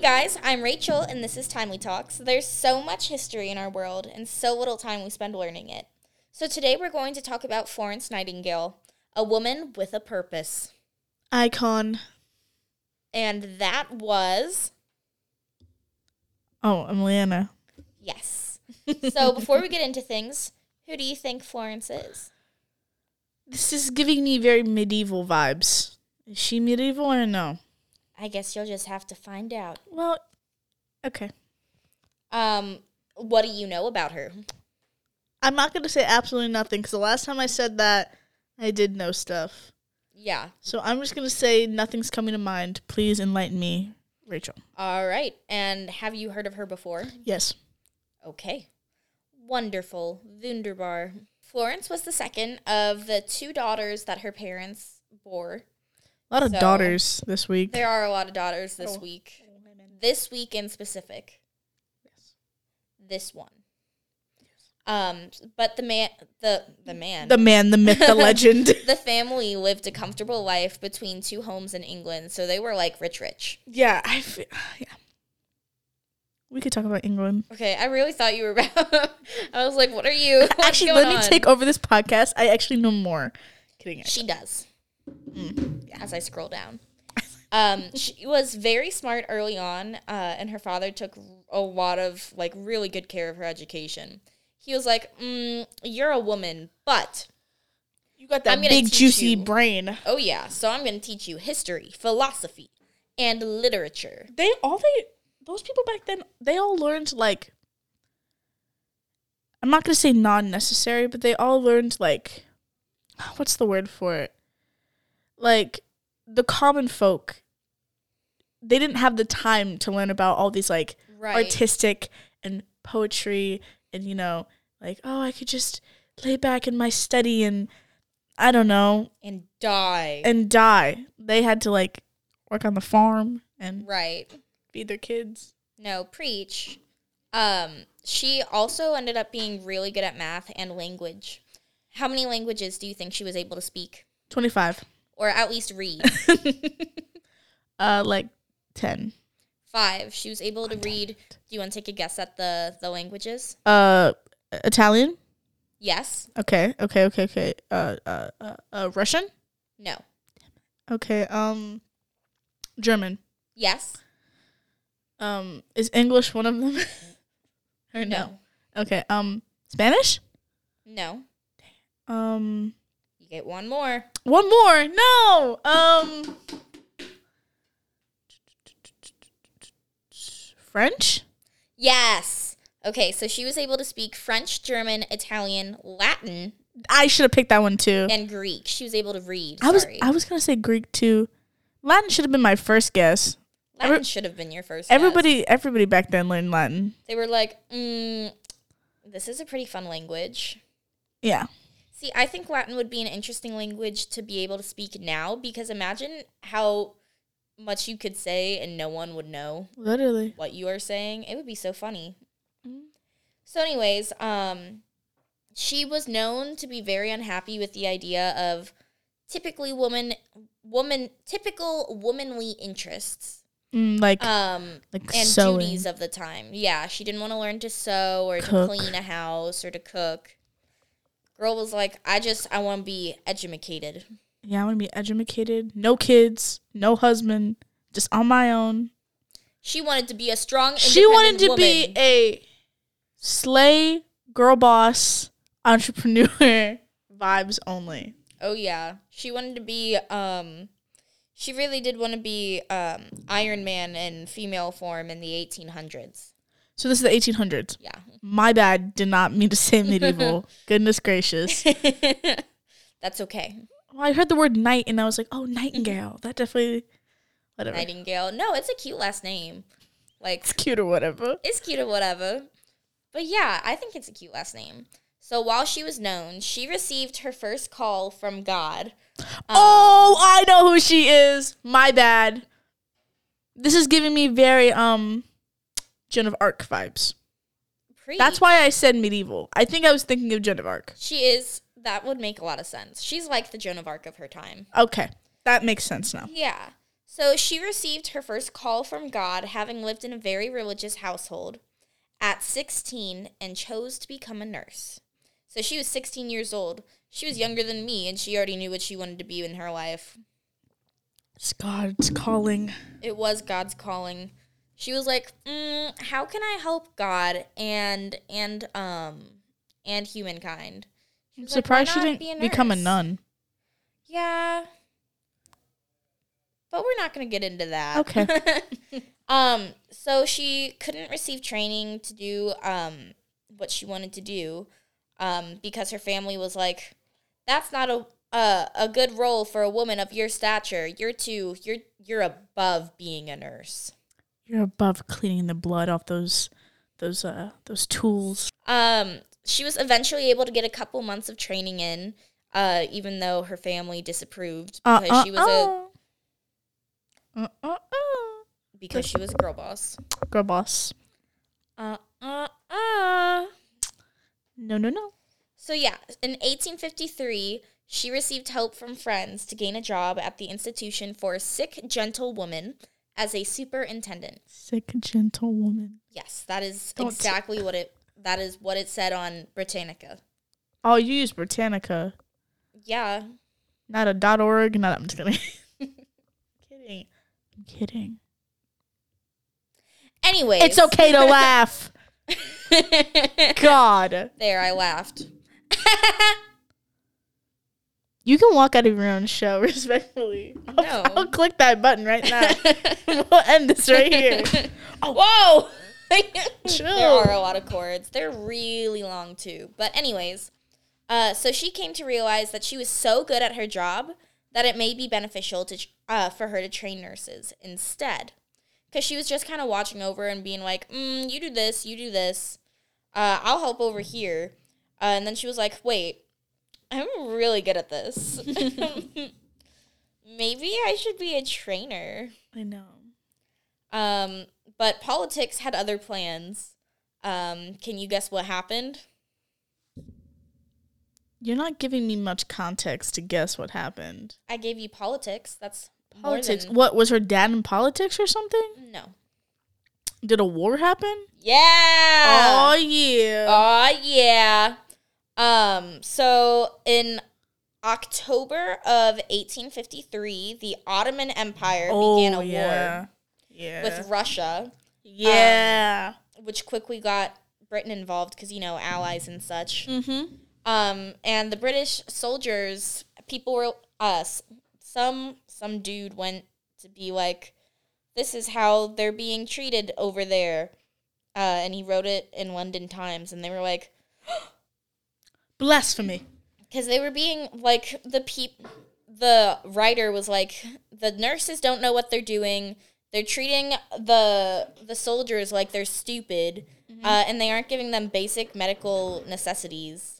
guys. I'm Rachel, and this is Timely Talks. There's so much history in our world, and so little time we spend learning it. So today we're going to talk about Florence Nightingale, a woman with a purpose. Icon. And that was, Oh, I'm Leanna. yes. So before we get into things, who do you think Florence is? This is giving me very medieval vibes. Is she medieval or no? I guess you'll just have to find out. Well, okay. Um, what do you know about her? I'm not going to say absolutely nothing because the last time I said that, I did know stuff. Yeah. So I'm just going to say nothing's coming to mind. Please enlighten me, Rachel. All right. And have you heard of her before? Yes. Okay. Wonderful. Wunderbar. Florence was the second of the two daughters that her parents bore. A lot of So- daughters this week. There are a lot of daughters this Oh. week. This week in specific. This one. Um, but the man, the the man, Mm, The man, the myth, the legend. the family lived a comfortable life between two homes in England, so they were like rich, rich. Yeah, I feel, yeah. We could talk about England. Okay, I really thought you were. I was like, what are you? what's actually, going let me on? take over this podcast. I actually know more. Kidding. She does. Mm, As I scroll down. Um, she was very smart early on, uh, and her father took a lot of like really good care of her education. He was like, mm, "You're a woman, but You got that I'm gonna big teach juicy you. brain. oh yeah, so I'm going to teach you history, philosophy, and literature." They all they those people back then they all learned like I'm not gonna say non necessary, but they all learned like what's the word for it? Like the common folk. They didn't have the time to learn about all these like Right. artistic and poetry and you know like oh I could just lay back in my study and I don't know and die. and die. They had to like work on the farm and right. feed their kids. No, preach. Um, she also ended up being really good at math and language. How many languages do you think she was able to speak? 25. or at least read. Uh, like 10. Five, she was able to read. Do you want to take a guess at the the languages? Uh, Italian? Yes, Okay, okay, okay, okay. Uh, uh, uh, uh Russian? no, Okay, um, German. yes, Um, is English one of them? or no? no, Okay, um, Spanish? no. Um, You get one more. one more! No! Um, French? Yes. Okay, so she was able to speak French, German, Italian, Latin, I should have picked that one too. and Greek. She was able to read. I was Sorry. I was gonna say Greek too. Latin should have been my first guess. Latin every- should have been your first. guess. Everybody everybody back then learned Latin. They were like, mm, "This is a pretty fun language." Yeah. See, I think Latin would be an interesting language to be able to speak now because imagine how much you could say and no one would know Literally. what you are saying. It would be so funny. Mm-hmm. So, anyways, um, she was known to be very unhappy with the idea of typically woman, woman, typical womanly interests, Mm, like um, like and sewing. duties of the time. Yeah, she didn't want to learn to sew or Cook. to clean a house or to cook. Girl was like, I just I want to be educated. yeah, I wanna be educated. No kids, no husband, just on my own. She wanted to be a strong. She wanted to independent be woman. a slay girl boss entrepreneur vibes only. Oh yeah, she wanted to be. Um, she really did want to be um, Iron Man in female form in the 1800s. So this is the eighteen hundreds. Yeah, My bad, did not mean to say medieval. Goodness gracious. that's okay. Well, I heard the word knight and I was like, oh, nightingale. That definitely, whatever. Nightingale. No, it's a cute last name. Like It's cute or whatever. it's cute or whatever. But yeah, I think it's a cute last name. So while she was known, she received her first call from God. oh, I know who she is. My bad. This is giving me very um, Joan of Arc vibes. Preach. That's why I said medieval. I think I was thinking of Joan of Arc. she is. That would make a lot of sense. She's like the Joan of Arc of her time. Okay, that makes sense now. Yeah. So she received her first call from God, having lived in a very religious household at 16 and chose to become a nurse. So she was 16 years old. She was younger than me, and she already knew what she wanted to be in her life. It's God's calling. It was God's calling. She was like, mm, "How can I help God and and um and humankind?" She I'm was like, "Why surprised she not didn't be become a nurse?" nun. Yeah. But we're not going to get into that. Okay. um so she couldn't receive training to do um what she wanted to do um because her family was like that's not a a, a good role for a woman of your stature. You're too you're you're above being a nurse. You're above cleaning the blood off those those uh those tools. Um, she was eventually able to get a couple months of training in, uh, even though her family disapproved Uh, because uh, she was a uh. Uh, uh, uh. because she was a girl boss. Girl boss. Uh, uh, uh. No, no, no. So yeah, in 1853, she received help from friends to gain a job at the institution for a sick gentlewoman as a superintendent. Sick gentlewoman. Yes, that is Don't- exactly what it that is what it said on Britannica. Oh, you use Britannica, Yeah, not a dot org. Not. I'm just kidding. kidding. I'm kidding. Anyways, It's okay to laugh. God, there, I laughed. you can walk out of your own show respectfully. I'll- No. I'll click that button right now. we'll end this right here. Oh, Whoa! Chill. There are a lot of chords. They're really long too. But anyways, uh, so she came to realize that she was so good at her job that it may be beneficial to uh, for her to train nurses instead, because she was just kind of watching over and being like, mm, "You do this, you do this. Uh, I'll help over here." Uh, and then she was like, "Wait, I'm really good at this. Maybe I should be a trainer." I know. Um, but politics had other plans. Um, can you guess what happened? You're not giving me much context to guess what happened. I gave you politics. That's more Politics. than- What was her dad in politics or something? no. Did a war happen? Yeah. oh yeah. Aw, yeah. Um, so in October of 1853, the Ottoman Empire began a Oh, yeah. war um, Yeah. with Russia, yeah. which quickly got Britain involved because, you know, allies and such. mm-hmm. Um, and the British soldiers, people were us. some some dude went to be like, "This is how they're being treated over there," uh, and he wrote it in London Times, and they were like, Blasphemy. because they were being like the peep. The writer was like, "The nurses don't know what they're doing. They're treating the the soldiers like they're stupid, uh, and they aren't giving them basic medical necessities."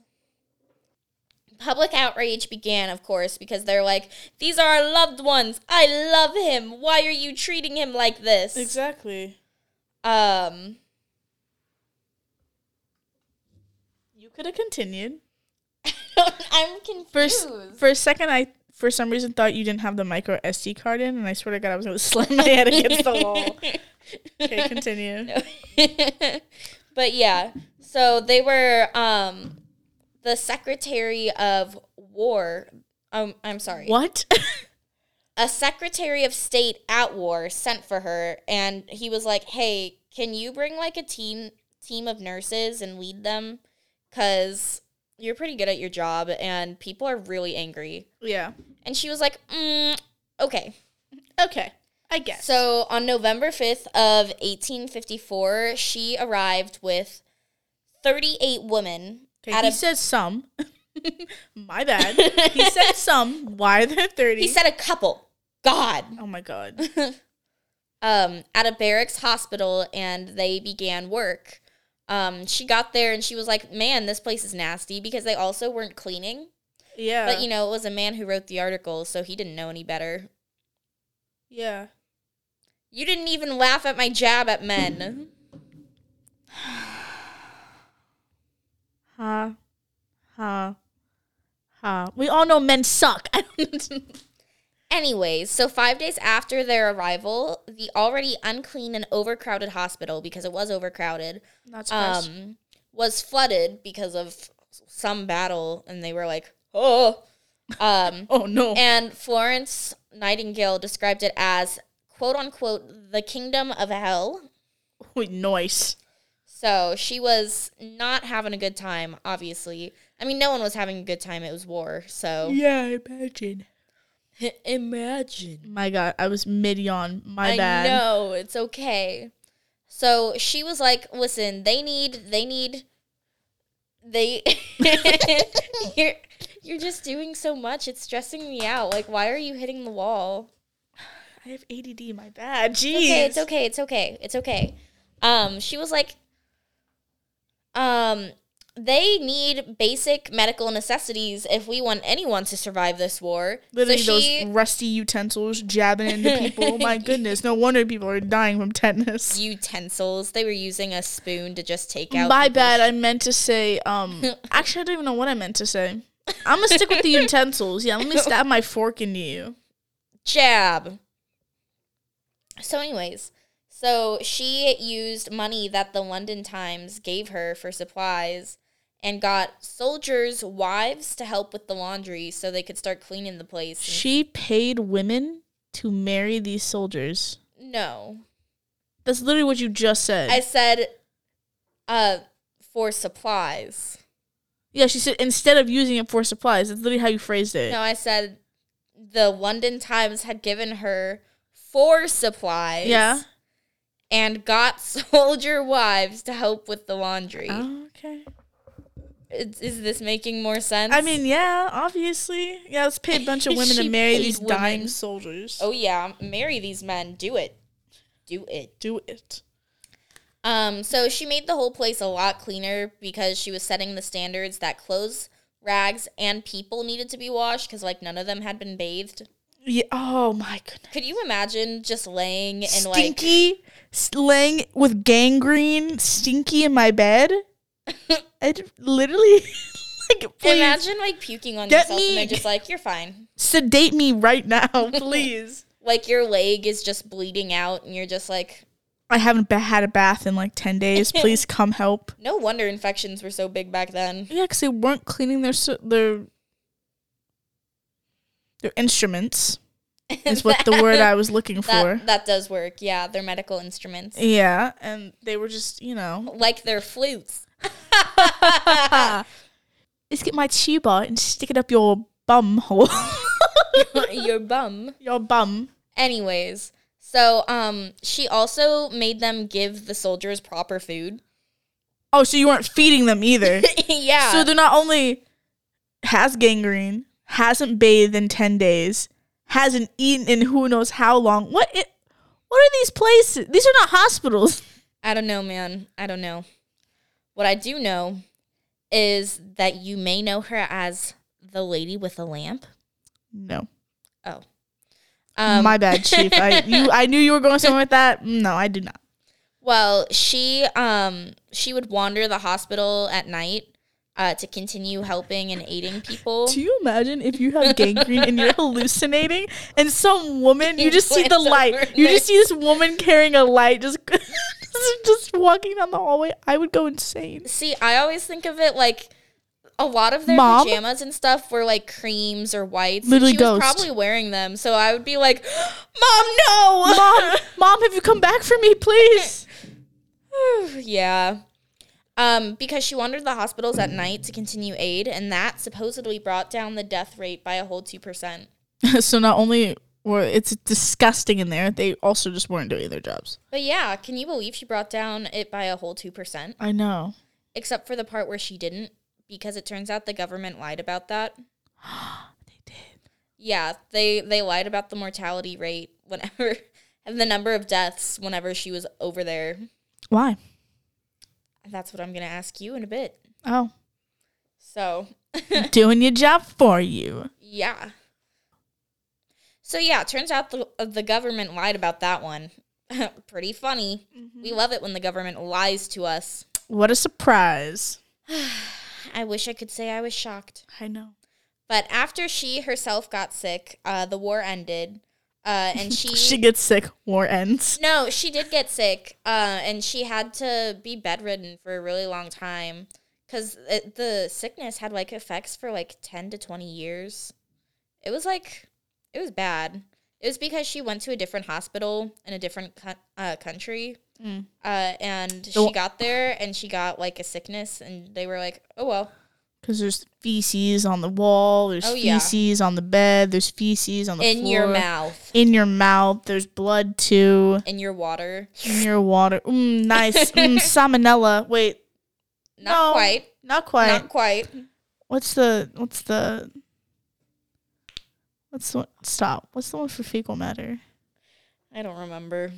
public outrage began, of course, because they're like, these are our loved ones. I love him. Why are you treating him like this? Exactly. Um, You could have continued. I'm confused. For, s- for a second, I for some reason thought you didn't have the micro SD card in, and I swear to God, I was going to slam my head against the wall. Okay, continue. but yeah, so they were um, the Secretary of War. Um, I'm sorry. What? a secretary of state at war sent for her and he was like hey can you bring like a team team of nurses and lead them because you're pretty good at your job and people are really angry yeah. and she was like mm, okay Okay. I guess. so on november 5th of 1854 she arrived with 38 women Okay, at he a says some. my bad. He said some. Why are there 30? he said a couple god oh my God. um, at a barracks hospital and they began work. Um, she got there and she was like, man, this place is nasty because they also weren't cleaning. Yeah. But, you know, it was a man who wrote the article, so he didn't know any better. yeah. You didn't even laugh at my jab at men. Ha. Ha. Ha. We all know men suck. I don't Anyways, so five days after their arrival, the already unclean and overcrowded hospital, because it was overcrowded, Not surprised. um, was flooded because of some battle, and they were like, oh. Um, oh no. and Florence Nightingale described it as, quote unquote, the kingdom of hell. Wait, noise. So she was not having a good time, obviously. I mean, no one was having a good time. It was war. So Yeah, imagine. imagine. My God, I was mid yawn. My I bad. know it's okay. So she was like, "Listen, they need, they need, they. you're, you're just doing so much. It's stressing me out. Like, why are you hitting the wall? I have ADD. My bad. Jeez. It's okay. It's okay. It's okay. It's okay. Um, she was like, um, they need basic medical necessities if we want anyone to survive this war. So Literally, she- those rusty utensils jabbing into people. My goodness, no wonder people are dying from tetanus. utensils. They were using a spoon to just take out. My people's- bad. I meant to say. Um, actually, I don't even know what I meant to say. I'm gonna stick with the utensils. Yeah, let me stab my fork into you. jab. So, anyways, so she used money that the London Times gave her for supplies and got soldiers' wives to help with the laundry so they could start cleaning the place. and- She paid women to marry these soldiers. no. That's literally what you just said. I said uh for supplies. yeah, she said instead of using it for supplies. That's literally how you phrased it. No, I said the London Times had given her four supplies. yeah. And got soldier wives to help with the laundry. Oh, okay. Is, is this making more sense? I mean, yeah, obviously. Yeah, let's pay a bunch of women to She marry paid these women. dying soldiers. oh yeah, marry these men. Do it. Do it. Do it. Um, so she made the whole place a lot cleaner because she was setting the standards that clothes, rags, and people needed to be washed because like none of them had been bathed. Yeah. Oh my goodness. Could you imagine just laying in like stinky, s- laying with gangrene, stinky in my bed. I d- literally, like, please imagine like puking on Get yourself me- and they're just like, You're fine. sedate me right now, please. Like your leg is just bleeding out and you're just like I haven't ba- had a bath in like ten days. Please come help. no wonder infections were so big back then. Yeah, because they weren't cleaning their s- their their instruments. Is what the word I was looking for. that, that does work, yeah. They're medical instruments. Yeah, and they were just, you know, like their flutes. let's get my tuba and stick it up your bum hole. Your bum. your bum. Anyways, so um she also made them give the soldiers proper food. Oh, so you weren't feeding them either. yeah. So they're not only has gangrene, hasn't bathed in ten days, hasn't eaten in who knows how long. What? It, what are these places? These are not hospitals. I don't know, man. I don't know. What I do know is that you may know her as the lady with a lamp. No, Oh. Um, my bad, chief. I you, I knew you were going somewhere with that. No, I do not. Well, she um she would wander the hospital at night uh, to continue helping and aiding people. Do you imagine if you have gangrene and you're hallucinating and some woman, you just see the Glance over light, and you just see this woman carrying a light just just walking down the hallway? I would go insane. See, I always think of it like a lot of their Mom? pajamas and stuff were like creams or whites. and Literally she ghost. was probably wearing them, so I would be like, "Mom, no!" Mom, mom, have you come back for me, please? yeah. Um, because she wandered the hospitals at night to continue aid, and that supposedly brought down the death rate by a whole two percent. so not only were it's disgusting in there, they also just weren't doing their jobs. But yeah, can you believe she brought down it by a whole two percent? I know. Except for the part where she didn't, because it turns out the government lied about that. They did. Yeah, they they lied about the mortality rate whenever and the number of deaths whenever she was over there. Why? That's what I'm going to ask you in a bit. Oh. So, doing your job for you. yeah. So yeah, turns out the uh, the government lied about that one. Pretty funny. We love it when the government lies to us. What a surprise. I wish I could say I was shocked. I know. But after she herself got sick, uh, the war ended, uh, and she, She gets sick, war ends. no, she did get sick, uh, and she had to be bedridden for a really long time because the sickness had like effects for like ten to twenty years. It was like it was bad. It was because she went to a different hospital in a different co- uh, country, Mm. uh, and Oh. she got there and she got like a sickness, and they were like, "Oh well, Because there's feces on the wall, there's Oh, yeah. feces on the bed, there's feces on the in your floor, mouth, In your mouth, there's blood too. in your water." In your water. Mm, nice. Mm, salmonella. Wait, Not No. quite. not quite. Not quite. what's the what's the what's the one, stop? What's the one for fecal matter? I don't remember.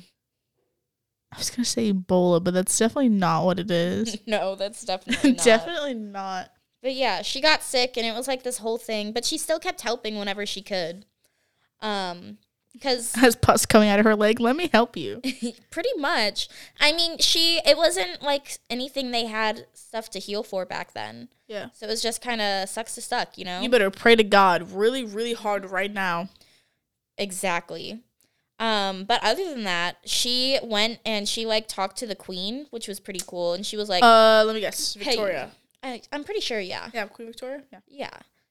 I was gonna say Ebola, but that's definitely not what it is. No, that's definitely not. definitely not. But yeah, she got sick and it was like this whole thing, but she still kept helping whenever she could. Um cuz Has pus coming out of her leg? Let me help you. pretty much, I mean, she it wasn't like anything they had stuff to heal for back then. Yeah. So it was just kind of sucks to suck, you know? You better pray to God really, really hard right now. exactly. Um but other than that, she went and she like talked to the queen, which was pretty cool, and she was like Uh, let me guess. Hey. Victoria. I, I'm pretty sure yeah. Yeah, Queen Victoria. Yeah. Yeah.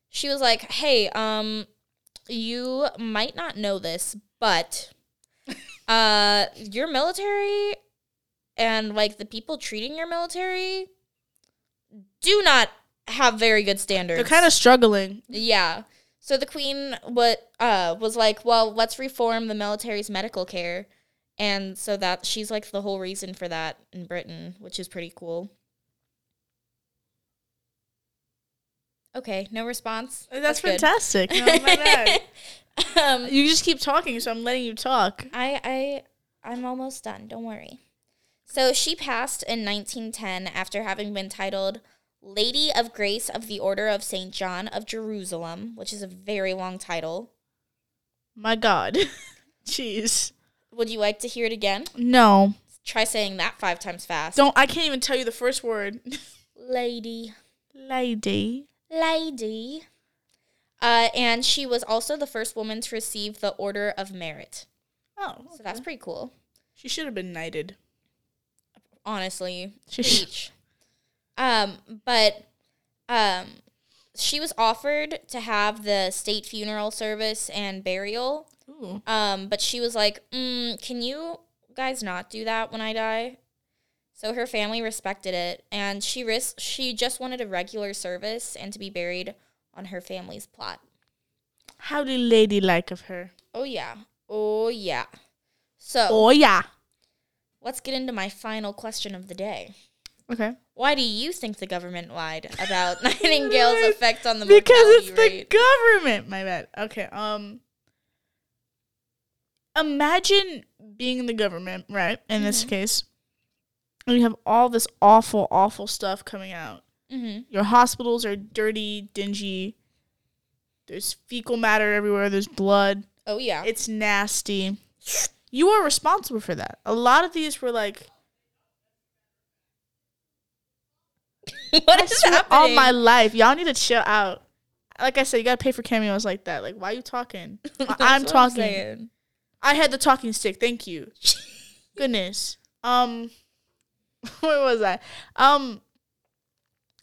She was like, "Hey, um you might not know this, but uh your military and like the people treating your military do not have very good standards." They're kind of struggling. Yeah. So the queen what uh was like, "Well, let's reform the military's medical care." And so that she's like the whole reason for that in Britain, which is pretty cool. Okay, no response. Uh, That's, good. fantastic. um, you just keep talking, so I'm letting you talk. I I I'm almost done. Don't worry. So she passed in 1910 after having been titled Lady of Grace of the Order of St. John of Jerusalem, which is a very long title. My God. Jeez. Would you like to hear it again? No. Try saying that 5 times fast. Don't. I can't even tell you the first word. Lady Lady. lady. Uh, and she was also the first woman to receive the Order of Merit. Oh. So that's pretty cool, She should have been knighted. honestly. She should. Preach. Um, but um, she was offered to have the state funeral service and burial. Ooh. Um, but she was like, mm, "Can you guys not do that when I die?" So her family respected it, and she risked. She just wanted a regular service and to be buried on her family's plot. How do lady like of her? Oh yeah, oh yeah. So Oh yeah. let's get into my final question of the day. Okay. Why do you think the government lied about Nightingale's effect on the because mortality it's rate? the government. My bad. Okay. Um. Imagine being the government, right? In Mm-hmm. this case, and you have all this awful, awful stuff coming out. mm-hmm. Your hospitals are dirty, dingy. There's fecal matter everywhere. There's blood. Oh yeah, It's nasty. You are responsible for that. A lot of these were like what I is swear all happening? my life. Y'all need to chill out. Like I said, you gotta pay for cameos like that. Like, why you talking? I- That's I'm what talking. saying. i had the talking stick. Thank you. Goodness. Um, where was I? Um,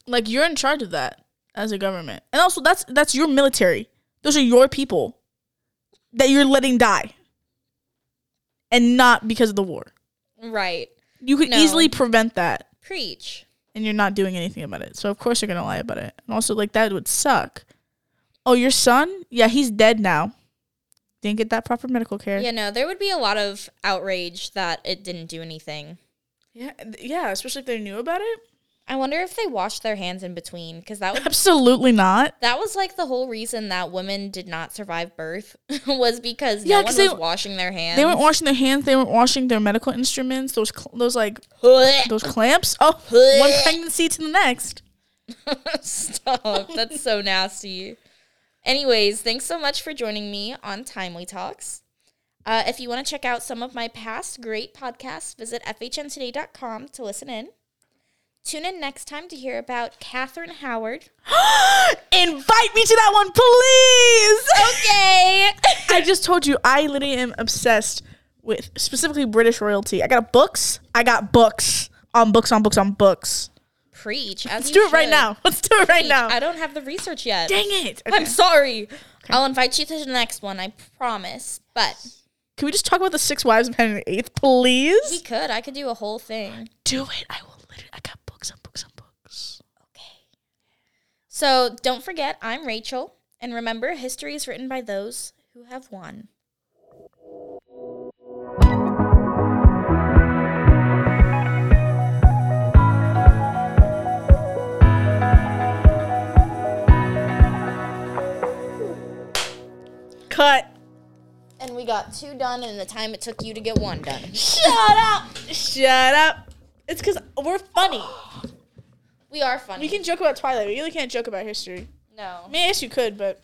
like you're in charge of that as a government, and also that's that's your military. Those are your people that you're letting die, and not because of the war. Right, You could No. easily prevent that preach. and you're not doing anything about it. So of course you're gonna lie about it. And also like that would suck. Oh, your son? Yeah, he's dead now. Didn't get that proper medical care. Yeah, no, there would be a lot of outrage that it didn't do anything. yeah, yeah, especially if they knew about it. I wonder if they washed their hands in between because that would Absolutely not. that was like the whole reason that women did not survive birth was because no Yeah, one 'cause was they- washing their hands. They weren't washing their hands. They weren't washing their medical instruments. Those cl- those like those clamps. Oh, one pregnancy to the next. Stop. That's so nasty. Anyways, thanks so much for joining me on Timely Talks. Uh, if you want to check out some of my past great podcasts, visit fhntoday.com to listen in. Tune in next time to hear about Catherine Howard. Invite me to that one, please. Okay. I just told you I literally am obsessed with specifically British royalty. I got books. I got books on books on books on books. Preach. As Let's do it right now. Let's do it right now. I don't have the research yet. Dang it. I'm sorry. I'll invite you to the next one, I promise. But Can we just talk about the six wives of Henry VIII, please? we could. I could do a whole thing. do it. I will literally. I got books on books on books. Okay. So don't forget, I'm Rachel. And remember, history is written by those who have won. Cut. And we got two done in the time it took you to get one done. Shut up. Shut up. It's because we're funny. We are We funny. can joke about Twilight. We really can't joke about history. no. I mean, I guess you could, but